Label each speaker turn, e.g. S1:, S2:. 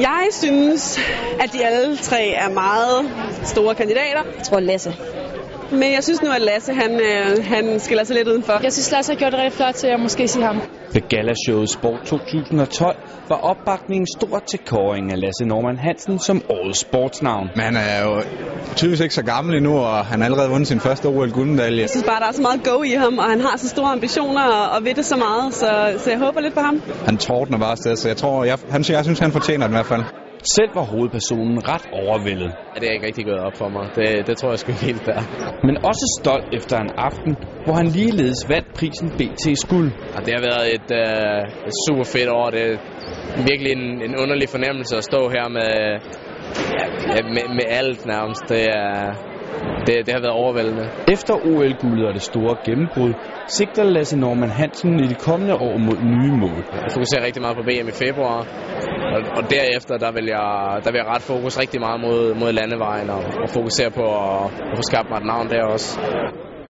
S1: Jeg synes, at de alle tre er meget store kandidater,
S2: Jeg tror Lasse.
S1: men jeg synes nu, at Lasse han, øh, han skiller sig lidt udenfor.
S3: Jeg synes, Lasse har gjort det rigtig flot, så jeg måske sige ham.
S4: Ved galashowet Sport 2012 var opbakningen stor til kåringen af Lasse Norman Hansen som årets sportsnavn.
S5: Men han er jo tydeligvis ikke så gammel endnu, og han har allerede vundet sin første OL-guldmedalje.
S1: Jeg synes bare, der er så meget go i ham, og han har så store ambitioner og, og ved det så meget, så, så jeg håber lidt på ham.
S5: Han tordner bare afsted, så jeg tror, jeg, han, jeg synes, han fortjener den i hvert fald.
S4: Selv var hovedpersonen ret overvældet,
S6: Ja, det er ikke rigtig gået op for mig. Det, det tror jeg sgu ikke helt der.
S4: men også stolt efter en aften, hvor han ligeledes vandt prisen BT Skuld.
S6: Og det har været et, øh, et super fedt år. Det er virkelig en, en underlig fornemmelse at stå her med, ja, med, med alt nærmest. Det, er, det, det har været overvældende.
S4: Efter OL-guldet og det store gennembrud, sigter Lasse Norman Hansen i de kommende år mod nye mål.
S6: Jeg fokuserer rigtig meget på VM i februar. Og, og derefter, der vil, jeg, der vil jeg ret fokus rigtig meget mod, mod landevejen og, og fokusere på at, at få skabt mig et navn der også.